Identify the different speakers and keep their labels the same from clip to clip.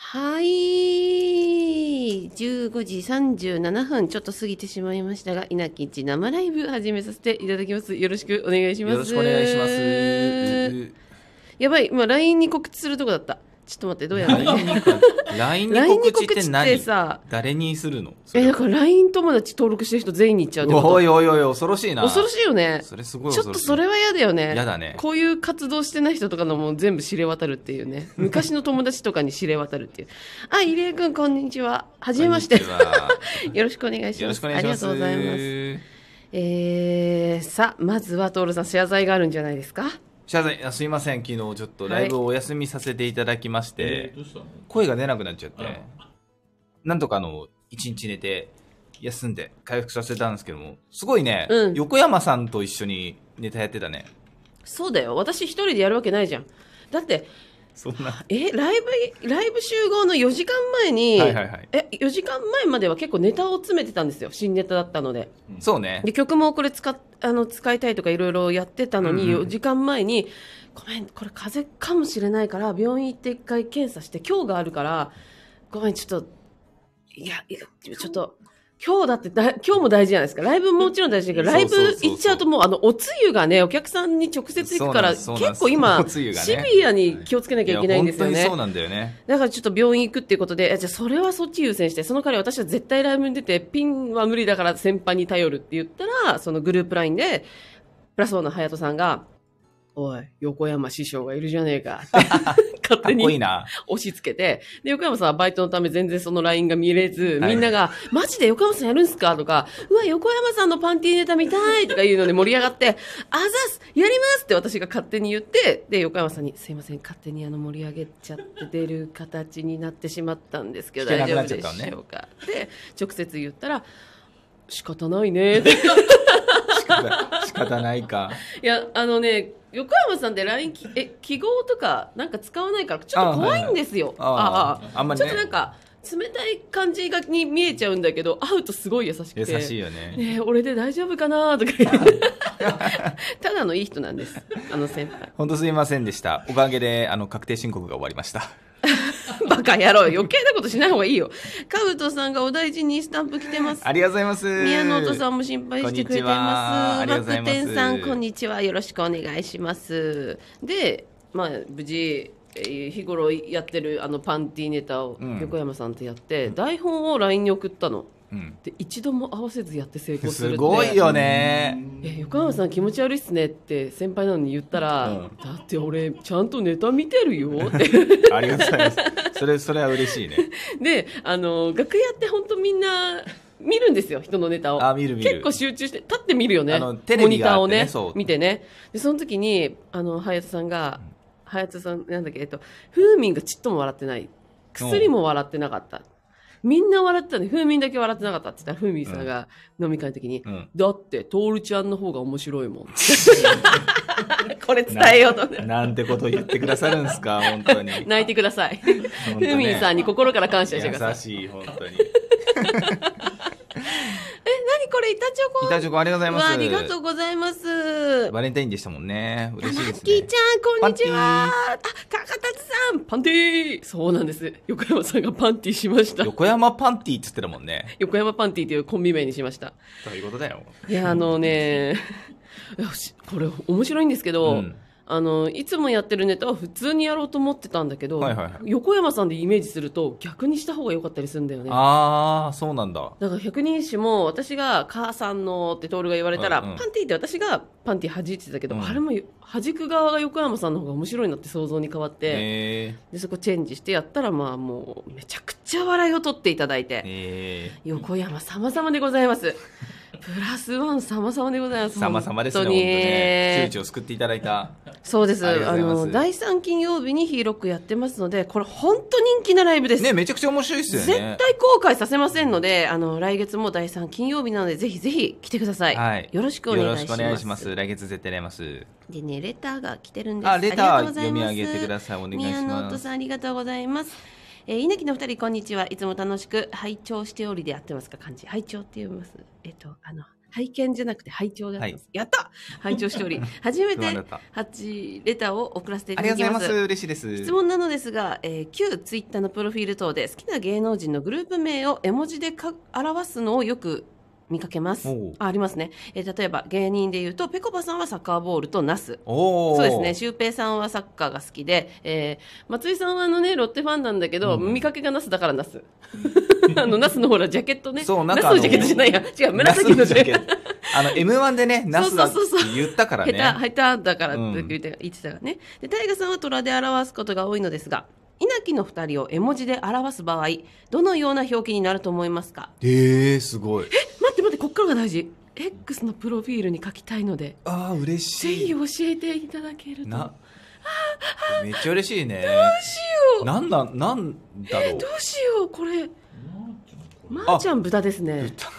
Speaker 1: はい。15時37分、ちょっと過ぎてしまいましたが、稲城一生ライブ始めさせていただきます。よろしくお願いします。
Speaker 2: よろしくお願いします。
Speaker 1: やばい、今 LINE に告知するとこだった。ちょっと待って、ど うやらね。
Speaker 2: LINE に
Speaker 1: LINE に
Speaker 2: 告知って
Speaker 1: 告知
Speaker 2: 何
Speaker 1: ってさ
Speaker 2: 誰にするの
Speaker 1: え、だから LINE 友達登録してる人全員に行っちゃうってこ
Speaker 2: お
Speaker 1: と
Speaker 2: いおいおい恐ろしいな
Speaker 1: 恐ろしいよね。
Speaker 2: それすごい
Speaker 1: ちょっ
Speaker 2: 恐ろ
Speaker 1: と
Speaker 2: しい
Speaker 1: それは嫌だよね。
Speaker 2: 嫌だね
Speaker 1: こういう活動してない人とかのも全部知れ渡るっていうね。昔の友達とかに知れ渡るっていう。あ、入江くん、こんにちは。はじめまして。
Speaker 2: こんにちは
Speaker 1: よろしくお願いします。
Speaker 2: よろしくお願いします
Speaker 1: ありがとうございます。えー、さあ、まずはトールさん、謝罪があるんじゃないですか
Speaker 2: 謝罪あすいません昨日ちょっとライブをお休みさせていただきまして、
Speaker 3: えーどうしたの
Speaker 2: 声が出なくなっちゃって
Speaker 3: あら
Speaker 2: なんとかあの一日寝て休んで回復させたんですけどもすごいね、
Speaker 1: うん
Speaker 2: 横山さんと一緒にネタやってたね
Speaker 1: そうだよ。私一人でやるわけないじゃん。だって、
Speaker 2: そんな
Speaker 1: え、ライブ、ライブ集合の4時間前に、
Speaker 2: はいはいはい
Speaker 1: え、4時間前までは結構ネタを詰めてたんですよ。新ネタだったので。
Speaker 2: そうね
Speaker 1: で、曲もこれ使っ、あの、使いたいとかいろいろやってたのに、
Speaker 2: うんうん
Speaker 1: 4時間前に、ごめん、これ風邪かもしれないから、病院行って一回検査して、今日があるから、ごめん、ちょっと、いや、いやちょっと、今日だってだ、今日も大事じゃないですか。ライブももちろん大事だけど、
Speaker 2: そう
Speaker 1: ラ
Speaker 2: そ
Speaker 1: イ
Speaker 2: う
Speaker 1: ブ
Speaker 2: そうそう
Speaker 1: 行っちゃうともう、あの、おつゆがね、お客さんに直接行くから、結
Speaker 2: そうなんです
Speaker 1: 構今、
Speaker 2: そうなんですおつ
Speaker 1: シ
Speaker 2: ゆがね
Speaker 1: ビアに気をつけなきゃいけないんですよ
Speaker 2: いや
Speaker 1: ね。
Speaker 2: 本当にそうなんだよね
Speaker 1: だからちょっと病院行くっていうことで、あじゃあそれはそっち優先して、その代わり私は絶対ライブに出て、ピンは無理だから先輩に頼るって言ったら、そのグループラインで、プラスワンの隼人さんが、おい、横山師匠がいるじゃねえかって、勝
Speaker 2: かっ
Speaker 1: 手
Speaker 2: こいい
Speaker 1: に
Speaker 2: な
Speaker 1: 押し付けて、で、横山さんはバイトのため全然そのラインが見れず、
Speaker 2: はい
Speaker 1: みんなが、マジで横山さんやるんすかとか、うわ、横山さんのパンティーネタ見たいとか言うので盛り上がって、あざすやりますって私が勝手に言って、で、横山さんに、すいません、勝手にあの盛り上げちゃって出る形になってしまったんですけど、
Speaker 2: 聞け
Speaker 1: 大
Speaker 2: なく
Speaker 1: 丈
Speaker 2: な
Speaker 1: 夫で
Speaker 2: っちゃったのね
Speaker 1: しょうかって、直接言ったら、仕方ないね って。
Speaker 2: 仕方仕方ない か
Speaker 1: いや、あのね、横山さんって LINE き、え、記号とかなんか使わないから、ちょっと怖いんですよ。
Speaker 2: あああああんまり
Speaker 1: ち
Speaker 2: ね
Speaker 1: ょっとなんか、冷たい感じがに見えちゃうんだけど、会うとすごい優しくて。
Speaker 2: 優しいよ
Speaker 1: ね
Speaker 2: ね
Speaker 1: え俺で大丈夫かなとか言 って。ただのいい人なんです。あの先輩。
Speaker 2: 本当すいませんでしたおかげであの確定申告が終わりま した
Speaker 1: バカ野郎、余計なことしない方がいいよ。カウトさんがお大事にスタンプ来てます。
Speaker 2: ありがとうございます
Speaker 1: 宮野音さんも心配してくれています。
Speaker 2: こんにちはありがとうございます
Speaker 1: バク転さん、こんにちは。よろしくお願いします。で、まあ、無事、えー日頃やってるあのパンティネタを
Speaker 2: うん
Speaker 1: 横山さんとやって、台本を LINE に送ったの。
Speaker 2: うん
Speaker 1: で、一度も合わせずやって成功するっ
Speaker 2: す
Speaker 1: て。
Speaker 2: ごいよね
Speaker 1: え横山さん気持ち悪いっすねって先輩なのに言ったら、
Speaker 2: うん
Speaker 1: だって俺ちゃんとネタ見てるよって
Speaker 2: ありがとうございますそれそれは嬉しいね
Speaker 1: であの楽屋って本当みんな見るんですよ人のネタを
Speaker 2: あ見る見る
Speaker 1: 結構集中して立って見るよね
Speaker 2: あのテレビがあ
Speaker 1: モ
Speaker 2: っ
Speaker 1: ニ
Speaker 2: てね
Speaker 1: ターをね
Speaker 2: そう
Speaker 1: 見てねでその時にあの隼人さんが隼人さんなんだっけえっと風民がちっとも笑ってない薬も笑ってなかったみんな笑ってたね風民だけ笑ってなかったって言ったら風民さんが飲み会の時に、
Speaker 2: うん
Speaker 1: だって徹ちゃんの方が面白いもん これ伝えようとね
Speaker 2: なんてこと言ってくださるんですか本当に
Speaker 1: 泣いてください
Speaker 2: 本当
Speaker 1: 風
Speaker 2: ね
Speaker 1: 民、さんに心から感謝してくだ
Speaker 2: 優
Speaker 1: さい
Speaker 2: しい本当に
Speaker 1: え何これ板チョコ
Speaker 2: 板チョコありがとうございます
Speaker 1: わありがとうございます
Speaker 2: バレンタインでしたもんね嬉しい
Speaker 1: マ
Speaker 2: で
Speaker 1: ッ
Speaker 2: す
Speaker 1: キー
Speaker 2: ね
Speaker 1: ちゃん、こんにちは。あ、かかたつさん、パンティー。そうなんです。横山さんがパンティーしました。
Speaker 2: 横山パンティーっつってたもんね
Speaker 1: 横山パンティーというコンビ名にしました。
Speaker 2: ということだよ
Speaker 1: いや、あの ね、よしこれ面白いんですけど、
Speaker 2: うん
Speaker 1: あの、いつもやってるネタは普通にやろうと思ってたんだけど、
Speaker 2: はいはいはい
Speaker 1: 横山さんでイメージすると逆にした方が良かったりするんだよね。
Speaker 2: ああそうなんだ
Speaker 1: だから百人一首も私が母さんのって徹が言われたら、
Speaker 2: うんうん
Speaker 1: パンティーって私がパンティー弾いてたけど、
Speaker 2: うん
Speaker 1: あれも弾く側が横山さんの方が面白いなって想像に変わって、
Speaker 2: え
Speaker 1: でそこチェンジしてやったらまあもうめちゃくちゃ笑いを取っていただいて、
Speaker 2: ー、え
Speaker 1: 横山様々でございます プラスワン様々でございま
Speaker 2: ー、
Speaker 1: す
Speaker 2: さまさまですね
Speaker 1: 本
Speaker 2: 本
Speaker 1: 当
Speaker 2: 当
Speaker 1: に
Speaker 2: ね窮地を救っていただいた
Speaker 1: そうです
Speaker 2: ありが
Speaker 1: あ
Speaker 2: とうございます
Speaker 1: の第3金曜日にヒーロックやってますのでこれ本当人気なライブです、
Speaker 2: ねめちゃくちゃ面白いっすよね
Speaker 1: 絶対後悔させませんのであの来月も第3金曜日なのでぜひぜひ来てください、
Speaker 2: はい、
Speaker 1: よろしくお願いし
Speaker 2: よろ
Speaker 1: ます
Speaker 2: くお願いします来月絶対やります
Speaker 1: でねレターが来てるんです
Speaker 2: あレター
Speaker 1: りがとうございます
Speaker 2: 読み上げてくださいお願いします
Speaker 1: 宮野夫さんありがとうございますえー、稲城のお二人こんにちはいつも楽しく拝聴しておりで合ってますか漢字拝聴って読みますえっ、とあの拝見じゃなくて拝聴であってます。
Speaker 2: は
Speaker 1: やった拝聴しており、初め
Speaker 2: 不安だ
Speaker 1: て
Speaker 2: った。
Speaker 1: 8レターを送らせてい
Speaker 2: あ
Speaker 1: た
Speaker 2: り
Speaker 1: だ
Speaker 2: が
Speaker 1: き
Speaker 2: とうご
Speaker 1: ま
Speaker 2: ざい
Speaker 1: す
Speaker 2: ます。。嬉しいです。
Speaker 1: 質問なのですが、えー旧ツイッターのプロフィール等で好きな芸能人のグループ名を絵文字でか表すのをよく見かけます
Speaker 2: おう。
Speaker 1: あありますね、えー例えば芸人で言うとぺこぱさんはサッカーボールとナス
Speaker 2: おお。
Speaker 1: そうですねシュウペイさんはサッカーが好きで、えー松井さんはあの、ね、ロッテファンなんだけど、
Speaker 2: うん
Speaker 1: 見かけがナスだからナス あのナスのほらジャケットね
Speaker 2: そうな
Speaker 1: ナ
Speaker 2: ん
Speaker 1: ス
Speaker 2: かあの
Speaker 1: のジャケットじゃないや違う紫のジャケット
Speaker 2: ト。 あの、M1 でね、ナスだって
Speaker 1: そうそうそう
Speaker 2: 言ったから
Speaker 1: 下手、
Speaker 2: ね。
Speaker 1: 下手だからって言って言ってたからね。で、大河さんは虎で表すことが多いのですが、稲城の二人を絵文字で表す場合、どのような表記になると思いますか
Speaker 2: ええ、すごい。
Speaker 1: 待って待って、こっからが大事。X のプロフィールに書きたいので、
Speaker 2: ああ、嬉
Speaker 1: ぜひ
Speaker 2: しい。
Speaker 1: 教えていただけると。
Speaker 2: な、めっちゃ嬉しいね。
Speaker 1: しよう
Speaker 2: なんだ、なんだろう
Speaker 1: ど。うしよう、これ。まー、ちゃん豚ですね。
Speaker 2: 豚、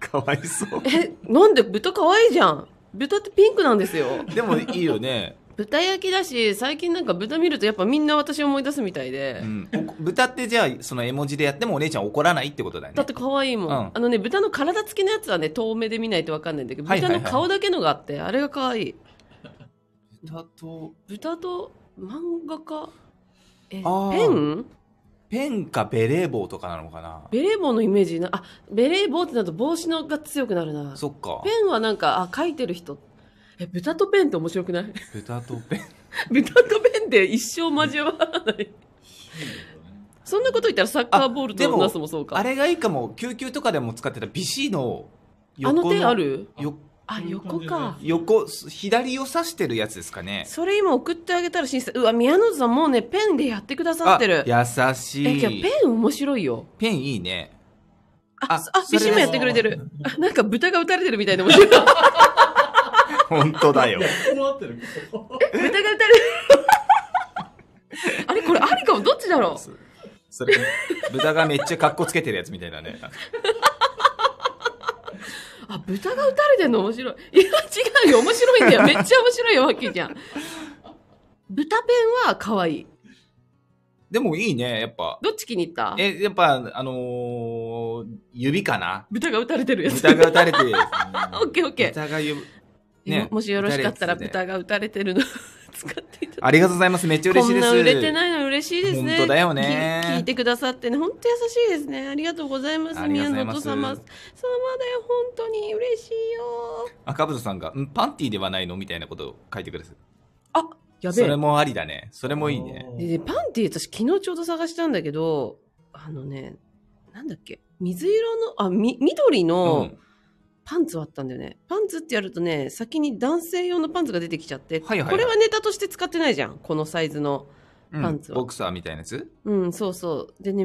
Speaker 2: かわいそう。
Speaker 1: え、なんで豚可愛いじゃん。豚ってピンクなんですよ。
Speaker 2: でもいいよね。
Speaker 1: 豚焼きだし、最近なんか豚見るとやっぱみんな私思い出すみたいで。
Speaker 2: うん。おこ豚ってじゃあ、その絵文字でやってもお姉ちゃん怒らないってことだよ
Speaker 1: だ
Speaker 2: ね
Speaker 1: っ。て可愛いもん、
Speaker 2: うん
Speaker 1: あのね豚の体つきのやつはね遠目で見ないと分かんないんだけど
Speaker 2: はいはい
Speaker 1: 豚
Speaker 2: はい
Speaker 1: の顔だけのがあって、あれが可愛い
Speaker 2: 豚と、
Speaker 1: 豚と漫画家え
Speaker 2: あー
Speaker 1: ペン
Speaker 2: ペンかベレー帽とかなのかな。
Speaker 1: ベレー帽のイメージなあベレー帽ってなると帽子のが強くなるな
Speaker 2: そっか
Speaker 1: ペ。ンはなんかあ書いてる人え豚とペンって面白くない
Speaker 2: 豚とペン。
Speaker 1: 豚とペンで一生交わらないそんなこと言ったらサッカーボール
Speaker 2: あで
Speaker 1: と
Speaker 2: も
Speaker 1: ナスもそうか
Speaker 2: あれがいいかも。救急とかでも使ってたビシの
Speaker 1: あ
Speaker 2: 横
Speaker 1: の手ある
Speaker 2: よ
Speaker 1: あ横か
Speaker 2: 横、左を指してるやつですかね。
Speaker 1: それ今送ってあげたら審査うわ宮野さんもうねペンでやってくださってる
Speaker 2: あ優し
Speaker 1: え、
Speaker 2: い。
Speaker 1: じゃあペン面白いよ。
Speaker 2: ペンいいね。
Speaker 1: あ、
Speaker 2: あ
Speaker 1: あ
Speaker 2: それ
Speaker 1: ビシもやってくれてる。あなんか豚が撃たれてるみたいで面 白い。 豚が
Speaker 2: 本当だよ。
Speaker 1: 撃たれてる。あれこれありかもどっちだろう
Speaker 2: それ、豚がめっちゃ格好つけてるやつみたいだね。
Speaker 1: あ、豚が撃たれてるの面白い。いや、違うよ。面白いんだよ。めっちゃ面白いよ、わけじゃん。豚ペンは可愛い。
Speaker 2: でもいいね、やっぱ。
Speaker 1: どっち気に入った
Speaker 2: え、やっぱ、あのー指かな
Speaker 1: 豚が撃たれてるやつ。
Speaker 2: 豚が打た れてるや
Speaker 1: あオッケーオッ
Speaker 2: つ。
Speaker 1: ケ
Speaker 2: 豚がゆ、
Speaker 1: ー。
Speaker 2: ね
Speaker 1: ももしよろしかったら
Speaker 2: 撃た
Speaker 1: 豚が撃たれてるの 使っていただ
Speaker 2: ありがとうございます。めっちゃ嬉しいです。
Speaker 1: こんな売れてないの嬉しいですね。
Speaker 2: 本当だよね
Speaker 1: き聞いてくださってね、本当優しいですね。ありがとうございます。
Speaker 2: ありがと
Speaker 1: 宮
Speaker 2: うござい
Speaker 1: 本
Speaker 2: ま
Speaker 1: 様。
Speaker 2: す
Speaker 1: 様だよ、本当に嬉しいよ。
Speaker 2: 赤豚さんが、んパンティーではないのみたいなことを書いてくれてる。
Speaker 1: あ、やべ
Speaker 2: そ
Speaker 1: え
Speaker 2: れ。もありだね。それもいいね。
Speaker 1: でねパンティ私昨日ちょうど探したんだけど、あのね、なんだっけ、水色の、あ、み、緑
Speaker 2: う
Speaker 1: の
Speaker 2: ん。
Speaker 1: パンツはあったんだよね。パンツってやるとね、先に男性用のパンツが出てきちゃって、
Speaker 2: はいはいはい
Speaker 1: これはネタとして使ってないじゃん。このサイズの。
Speaker 2: うん
Speaker 1: パンツは
Speaker 2: ボクサーみたいなやつ
Speaker 1: うん、そうそう。でね、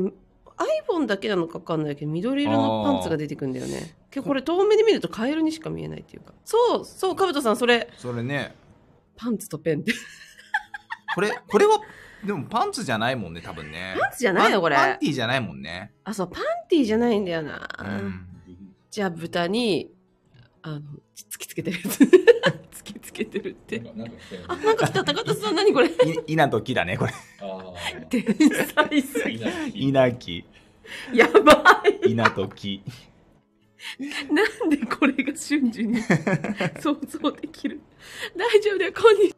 Speaker 1: iPhone だけなのかわかんないけど、緑色のパンツが出てくるんだよね。けどこれ遠目で見るとカエルにしか見えないっていう か。そう、そう、かぶとさん、それ、
Speaker 2: それね。
Speaker 1: パンツとペンって。
Speaker 2: これ、これは、でもパンツじゃないもんね、多分ね。
Speaker 1: パンツじゃないよ、これ。
Speaker 2: パンパンティーじゃないもんね。
Speaker 1: あ、そう、パンティーじゃないんだよな。
Speaker 2: うん。
Speaker 1: じゃあ、豚に、あの、ち突きつけてる やつ。突きつけてるって。あ、なんか来た、高田さん、何 これ。
Speaker 2: い、稲と木だね、これ。
Speaker 1: 天才すぎ。
Speaker 2: 稲木。
Speaker 1: やばい。
Speaker 2: 稲と木。
Speaker 1: なんでこれが瞬時 に想像できる大丈夫だよ、こんに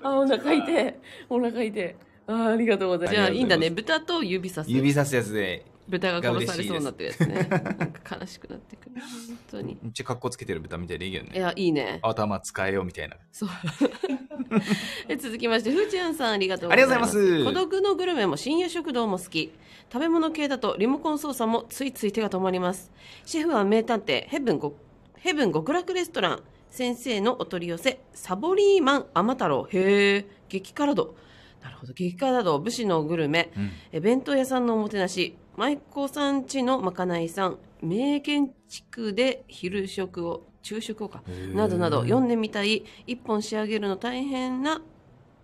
Speaker 1: あ、お腹痛い。お腹痛い。あありがとうございます。じゃあ、
Speaker 2: あ
Speaker 1: い
Speaker 2: り
Speaker 1: いん
Speaker 2: が
Speaker 1: だ
Speaker 2: とう
Speaker 1: ね。
Speaker 2: ござい
Speaker 1: 豚と指さす。
Speaker 2: 指さすやつで、
Speaker 1: 豚が殺されそうになってるやつ ね。なんか悲しくなってくる。本当に。
Speaker 2: めっちゃ格好つけてる豚みたいでいいよ
Speaker 1: い
Speaker 2: ね。
Speaker 1: や、いいね。
Speaker 2: 頭使えよ、みたいな。
Speaker 1: そう。 え続きまして、ふーちゃんさんありがとう
Speaker 2: あ
Speaker 1: ご
Speaker 2: り
Speaker 1: ざい
Speaker 2: がとう
Speaker 1: ま。
Speaker 2: ございますす。
Speaker 1: 孤独のグルメも深夜食堂も好き食べ物系だとリモコン操作もついつい手が止まりますシェフは名探偵ヘブンごヘブン極楽レストラン先生のお取り寄せサボリーマン甘太郎へえ激辛度なるほど激辛度武士のグルメ
Speaker 2: うん
Speaker 1: え弁当屋さんのおもてなし舞妓さん家のまかないさん名建築で昼食を昼食をかなどなど読んでみたい一本仕上げるの大変な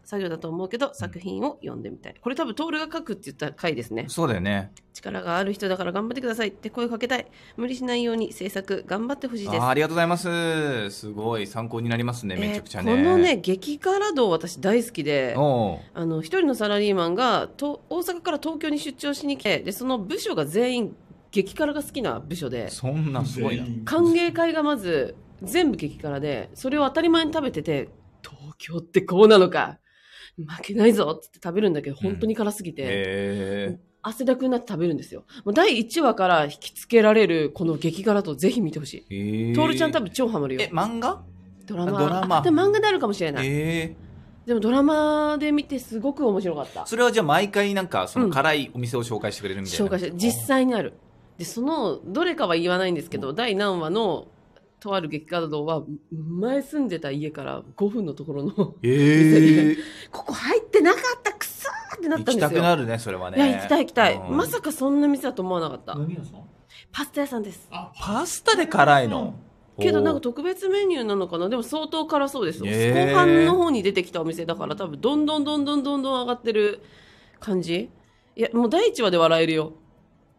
Speaker 1: 作業だと思うけど作品を読んでみたいこれ多分トールが書くって言った回ですね
Speaker 2: そうだよね。
Speaker 1: 力がある人だから頑張ってくださいって声をかけたい無理しないように制作頑張ってほしいです
Speaker 2: あーありがとうございます。すごい参考になりますね、めちゃくちゃね。
Speaker 1: えーこのね激辛道私大好きで
Speaker 2: おう
Speaker 1: あの一人のサラリーマンがと大阪から東京に出張しに来てでその部署が全員激辛が好きな部署で
Speaker 2: そんなんすごいな。
Speaker 1: 歓迎会がまず全部激辛でそれを当たり前に食べてて東京ってこうなのか負けないぞっつって食べるんだけど本当に辛すぎて、
Speaker 2: え
Speaker 1: 汗だくになって食べるんですよもう第1話から引きつけられるこの激辛とぜひ見てほしい
Speaker 2: ー、えー。
Speaker 1: トールちゃん多分超ハマるよ
Speaker 2: え、漫画
Speaker 1: ドラマ
Speaker 2: ドラマ
Speaker 1: あでも漫画であるかもしれない、
Speaker 2: え
Speaker 1: でもドラマで見てすごく面白かった
Speaker 2: ー。それはじゃあ毎回なんか、そうの
Speaker 1: ん
Speaker 2: 辛いお店を紹介してくれるみたいな。
Speaker 1: 紹介して実際にあるでそのどれかは言わないんですけど、第何話のとある激辛堂は前住んでた家から5分のところの こ
Speaker 2: えー、
Speaker 1: こ入ってなかったく そーってなっ
Speaker 2: 行
Speaker 1: たん
Speaker 2: き
Speaker 1: で
Speaker 2: た
Speaker 1: す
Speaker 2: く
Speaker 1: よ
Speaker 2: なるね、それはね。
Speaker 1: いや行きたい行きたい、
Speaker 2: うん
Speaker 1: まさかそんな店だと思わなかった、
Speaker 3: 飲み屋さん
Speaker 1: パスタ屋さんです
Speaker 3: あ
Speaker 2: パスタで辛いの。
Speaker 1: けどなんか特別メニューなのかなでも相当辛そうですよ、
Speaker 2: へー
Speaker 1: 後半の方に出てきたお店だから多分どんどんどんどんどんどん上がってる感じいやもう第1話で笑えるよ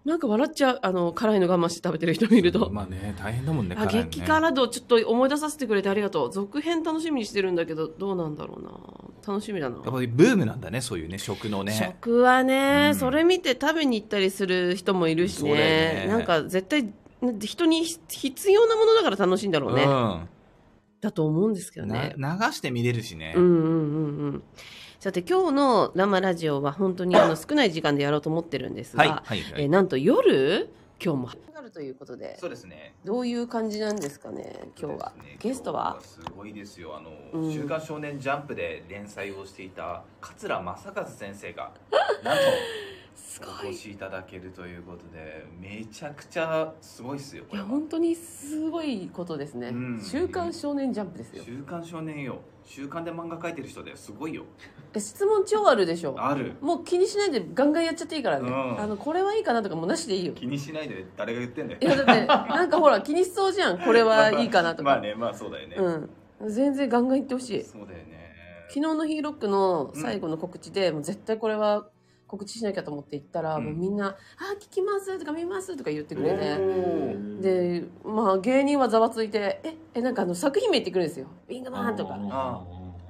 Speaker 1: なんか笑っちゃうあの辛いの我慢して食べてる人見ると、
Speaker 2: まあね、大変だもんね、
Speaker 1: あ
Speaker 2: 辛いのね
Speaker 1: 激辛度ちょっと思い出させてくれてありがとう続編楽しみにしてるんだけどどうなんだろうな楽しみだな
Speaker 2: やっぱりブームなんだね、そういうね、食のね。
Speaker 1: 食はね、
Speaker 2: うん
Speaker 1: それ見て食べに行ったりする人もいるし
Speaker 2: そうだよ
Speaker 1: ね
Speaker 2: ね
Speaker 1: なんか絶対人に必要なものだから楽しいんだろうね、だと思うんですけ
Speaker 2: う
Speaker 1: ど
Speaker 2: ん、
Speaker 1: ね
Speaker 2: な流して見れるしね。
Speaker 1: うんうんうんうん。さて今日の生ラジオは本当にあの少ない時間でやろうと思ってるんですが、
Speaker 2: はい、はい、はい
Speaker 1: えーなんと夜今日もあるということで
Speaker 2: そうですね。
Speaker 1: どういう感じなんですかね今日は、
Speaker 2: そうですね
Speaker 1: ゲストは
Speaker 2: 今日すごいですよあの、
Speaker 1: うん
Speaker 2: 週刊少年ジャンプで連載をしていた桂正和先 生がなんと
Speaker 1: す
Speaker 2: お越しいただけるということでめちゃくちゃすごいですよこ
Speaker 1: い
Speaker 2: れ
Speaker 1: や
Speaker 2: は
Speaker 1: 本当にすごいことですね、
Speaker 2: うん
Speaker 1: 週刊少年ジャンプですよ
Speaker 2: 週刊少年よ週刊で漫画描いてる人ですごいよ
Speaker 1: え質問超あるでしょ
Speaker 2: ある
Speaker 1: もう気にしないでガンガンやっちゃっていいからね、
Speaker 2: うん
Speaker 1: あのこれはいいかなとかもうなしでいいよ
Speaker 2: 気にしないで誰が言ってんだよ
Speaker 1: いやだ ってなんかほら気にしそうじゃんこれはいいかなとか、
Speaker 2: まあねまあそうだよね、
Speaker 1: うん全然ガンガンいってほしい
Speaker 2: そうだよね
Speaker 1: 昨日のヒーロックの最後の告知で、もう絶対これは告知しなきゃと思って行ったら、
Speaker 2: うん
Speaker 1: もうみんな「あー聞きます」とか「見ます」とか言ってくれて。
Speaker 2: おー
Speaker 1: でまあ芸人はざわついて「ええなんかあの作品名言ってくるんですよ「ウィングマン」とか「
Speaker 2: あ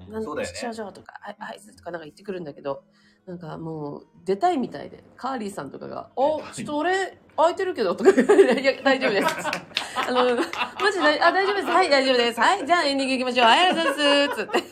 Speaker 1: なん
Speaker 2: そうだよね
Speaker 1: 少女」とか「あ合図」とかなんか言ってくるんだけどなんかもう出たいみたいでカーリーさんとかが「お
Speaker 2: 出たい
Speaker 1: ちょっと俺空いてるけど」とか言われて「いや大丈夫です」あの「マジであ大丈夫ですはい大丈夫ですはいじゃあエンディングいきましょうはいありがとうございます」つって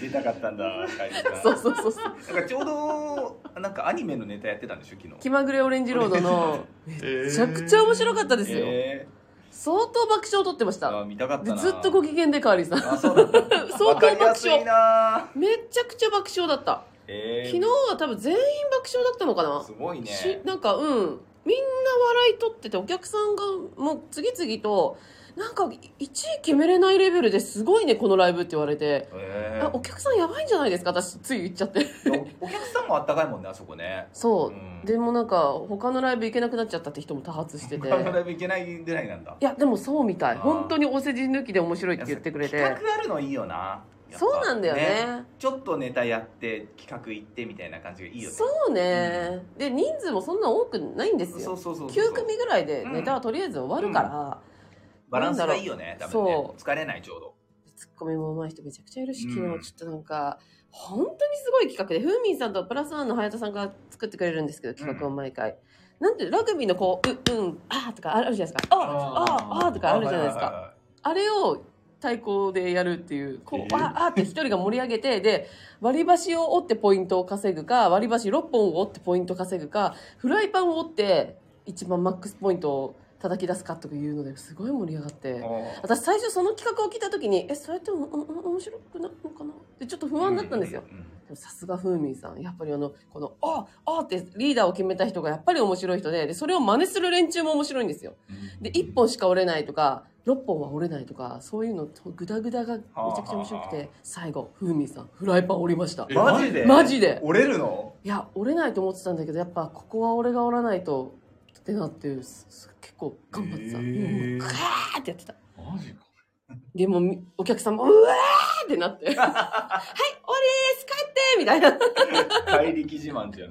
Speaker 2: 出たかったんだ楓さん
Speaker 1: そうそうそうそう
Speaker 2: なんかちょうどなんかアニメのネタやってたんでしょ昨日
Speaker 1: 気まぐれオレンジロードのめ
Speaker 2: め
Speaker 1: ちゃくちゃ面白かったですよ、
Speaker 2: え
Speaker 1: 相当爆笑を取ってまし
Speaker 2: ー、あ
Speaker 1: た
Speaker 2: 見たかっ
Speaker 1: で
Speaker 2: たな
Speaker 1: ずっとご機嫌でカーリーさん
Speaker 2: あそうなんだ
Speaker 1: 相当
Speaker 2: わかりや
Speaker 1: 爆
Speaker 2: すい
Speaker 1: 笑
Speaker 2: な、
Speaker 1: めちゃくちゃ爆笑だった
Speaker 2: えー
Speaker 1: 昨日は多分全員爆笑だったのかな
Speaker 2: す、ごいね
Speaker 1: しなんかうんみんな笑い取っててお客さんがもう次々となんか1位決めれないレベルですごいねこのライブって言われて
Speaker 2: え
Speaker 1: あ
Speaker 2: ー
Speaker 1: お客さんやばいんじゃないですか私つい言っちゃ って
Speaker 2: おお客さんもあったかいもんねあそこね
Speaker 1: そう、
Speaker 2: うん
Speaker 1: でもなんか他のライブ行けなくなっちゃったって人も多発して て
Speaker 2: 他のライブ行けないぐらいなんだ
Speaker 1: いやでもそうみたい
Speaker 2: あー
Speaker 1: 本当にお世辞抜きで面白いって言ってくれて
Speaker 2: 企画あるのいいよなやっぱ
Speaker 1: そうなんだよね
Speaker 2: ちょっとネタやって企画行ってみたいな感じがいいよね
Speaker 1: そうね、で人数もそんな多くないんです
Speaker 2: そ
Speaker 1: よ
Speaker 2: うそうそうそう
Speaker 1: 9組ぐらいでネタはとりあえず終わるから、
Speaker 2: バランスがいいよね多
Speaker 1: なんだ
Speaker 2: 分
Speaker 1: ろう
Speaker 2: ね疲れないちょうど
Speaker 1: ツッコミも上手い人めちゃくちゃいるし
Speaker 2: うん
Speaker 1: 昨日ちょっとなんか、本当にすごい企画でふーみんさんとプラスワンの隼人さんが作ってくれるんですけど企画を毎回、なんてラグビーのこう「ううんあー」とかあるじゃないですか「あーあーあー」とかあるじゃないですか、
Speaker 2: ははは
Speaker 1: あれを対抗でやるっていう、こ
Speaker 2: え
Speaker 1: う、
Speaker 2: ー
Speaker 1: わーって一人が盛り上げて、で、割り箸を折ってポイントを稼ぐか、割り箸6本を折ってポイントを稼ぐか、フライパンを折って一番マックスポイントを叩き出すかとかいうのですごい盛り上がって
Speaker 2: い。はいあー
Speaker 1: 私最初その企画を聞いた時に、え、それっても、うんうん面白くなるのかなってちょっと不安だったんですよ。
Speaker 2: うううん
Speaker 1: でもさすがふーみんさん。やっぱりあの、この、ああってリーダーを決めた人がやっぱり面白い人で、で、それを真似する連中も面白いんですよ。で1本しか折れないとか6本は折れないとかそういうのグダグダがめちゃくちゃ面白く
Speaker 2: はあはあは
Speaker 1: て最後ふうみんさんフライパン折りました
Speaker 2: えマジで
Speaker 1: マジで
Speaker 2: 折れるの
Speaker 1: いや折れないと思ってたんだけどやっぱここは俺が折らないとってなってすす結構頑張ってた、
Speaker 3: へ
Speaker 1: もう
Speaker 3: え
Speaker 1: カーってやってた
Speaker 3: マジか
Speaker 1: でもみお客さんもうわーって なってはい俺です帰ってみたいな
Speaker 2: 怪力自慢じゃん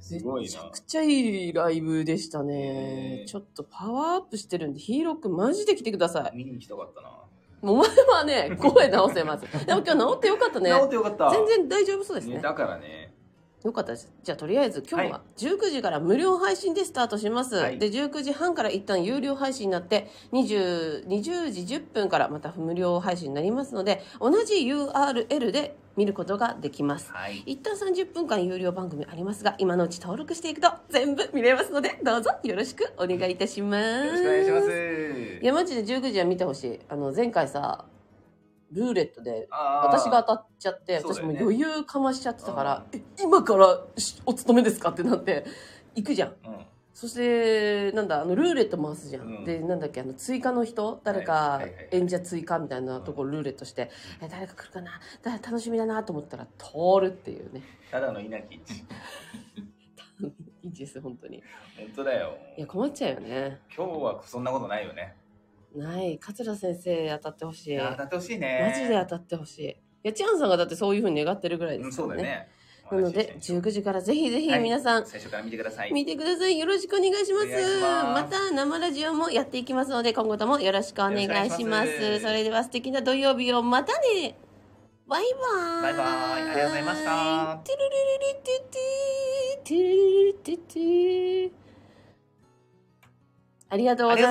Speaker 2: すごい
Speaker 1: めちゃ
Speaker 2: な
Speaker 1: くちゃいいライブでしたね
Speaker 2: へえ
Speaker 1: ちょっとパワーアップしてるんでヒーローくんマジで来てください
Speaker 2: 見に行きたかったな、
Speaker 1: もうお前はね、声直せます。でも今日治ってよかったね。
Speaker 2: 治ってよかった
Speaker 1: 全然大丈夫そうです
Speaker 2: ね
Speaker 1: ね。
Speaker 2: だからね
Speaker 1: よかったです。じゃあ、とりあえず今日
Speaker 2: は
Speaker 1: は19時から無料配信でスタートします。
Speaker 2: はい
Speaker 1: で、19時半から一旦有料配信になって、20、20時10分からまた無料配信になりますので、同じ URL で見ることができます。
Speaker 2: はい。
Speaker 1: 一旦30分間有料番組ありますが、今のうち登録していくと全部見れますので、どうぞよろしくお願いいたします。
Speaker 2: よろしくお願いします。
Speaker 1: いや、マジで19時は見てほしい。あの、前回さ、ルーレットで
Speaker 2: あー
Speaker 1: 私が当たっちゃって、
Speaker 2: そう
Speaker 1: 私
Speaker 2: だよね
Speaker 1: もう余裕かましちゃってたから、え今からしお勤めですかってなって、行くじゃん。
Speaker 2: うん。
Speaker 1: そして、なんだ、あの、ルーレット回すじゃん。
Speaker 2: うん
Speaker 1: で、なんだっけ、あの、追加の人誰
Speaker 2: は
Speaker 1: か
Speaker 2: いはいはいはい
Speaker 1: 演者追加みたいなところルーレットして、え、誰か来るかなだ楽しみだなと思ったら、通るっていうね。
Speaker 2: ただの稲城一。
Speaker 1: いいです、本当に。
Speaker 2: 本当だよ。
Speaker 1: いや、困っちゃうよね。
Speaker 2: 今日はそんなことないよね。
Speaker 1: ない。桂先生当たってほし
Speaker 2: い
Speaker 1: い。
Speaker 2: や
Speaker 1: マ
Speaker 2: 当たってほしいね。
Speaker 1: ジで当たってほしい。いや、チアンさんがだってそういうふうに願ってるぐらいで
Speaker 2: うん、
Speaker 1: すか
Speaker 2: そう
Speaker 1: ら
Speaker 2: だ
Speaker 1: ね。
Speaker 2: ね。
Speaker 1: なので、19時からぜひぜひ皆さん、
Speaker 2: 最初から見てください。
Speaker 1: 見てください。よろしくお願いします。
Speaker 2: お願いし
Speaker 1: ま
Speaker 2: ます
Speaker 1: た生ラジオもやっていきますので、今後ともよろしくお願いします。
Speaker 2: よろしくお願いします
Speaker 1: それでは素敵な土曜日をまたね。バイバ
Speaker 2: バ
Speaker 1: ーイ。
Speaker 2: イバイありがとうございました
Speaker 1: トゥルルルルトゥトゥトゥルルルルトゥトゥありがとうございます。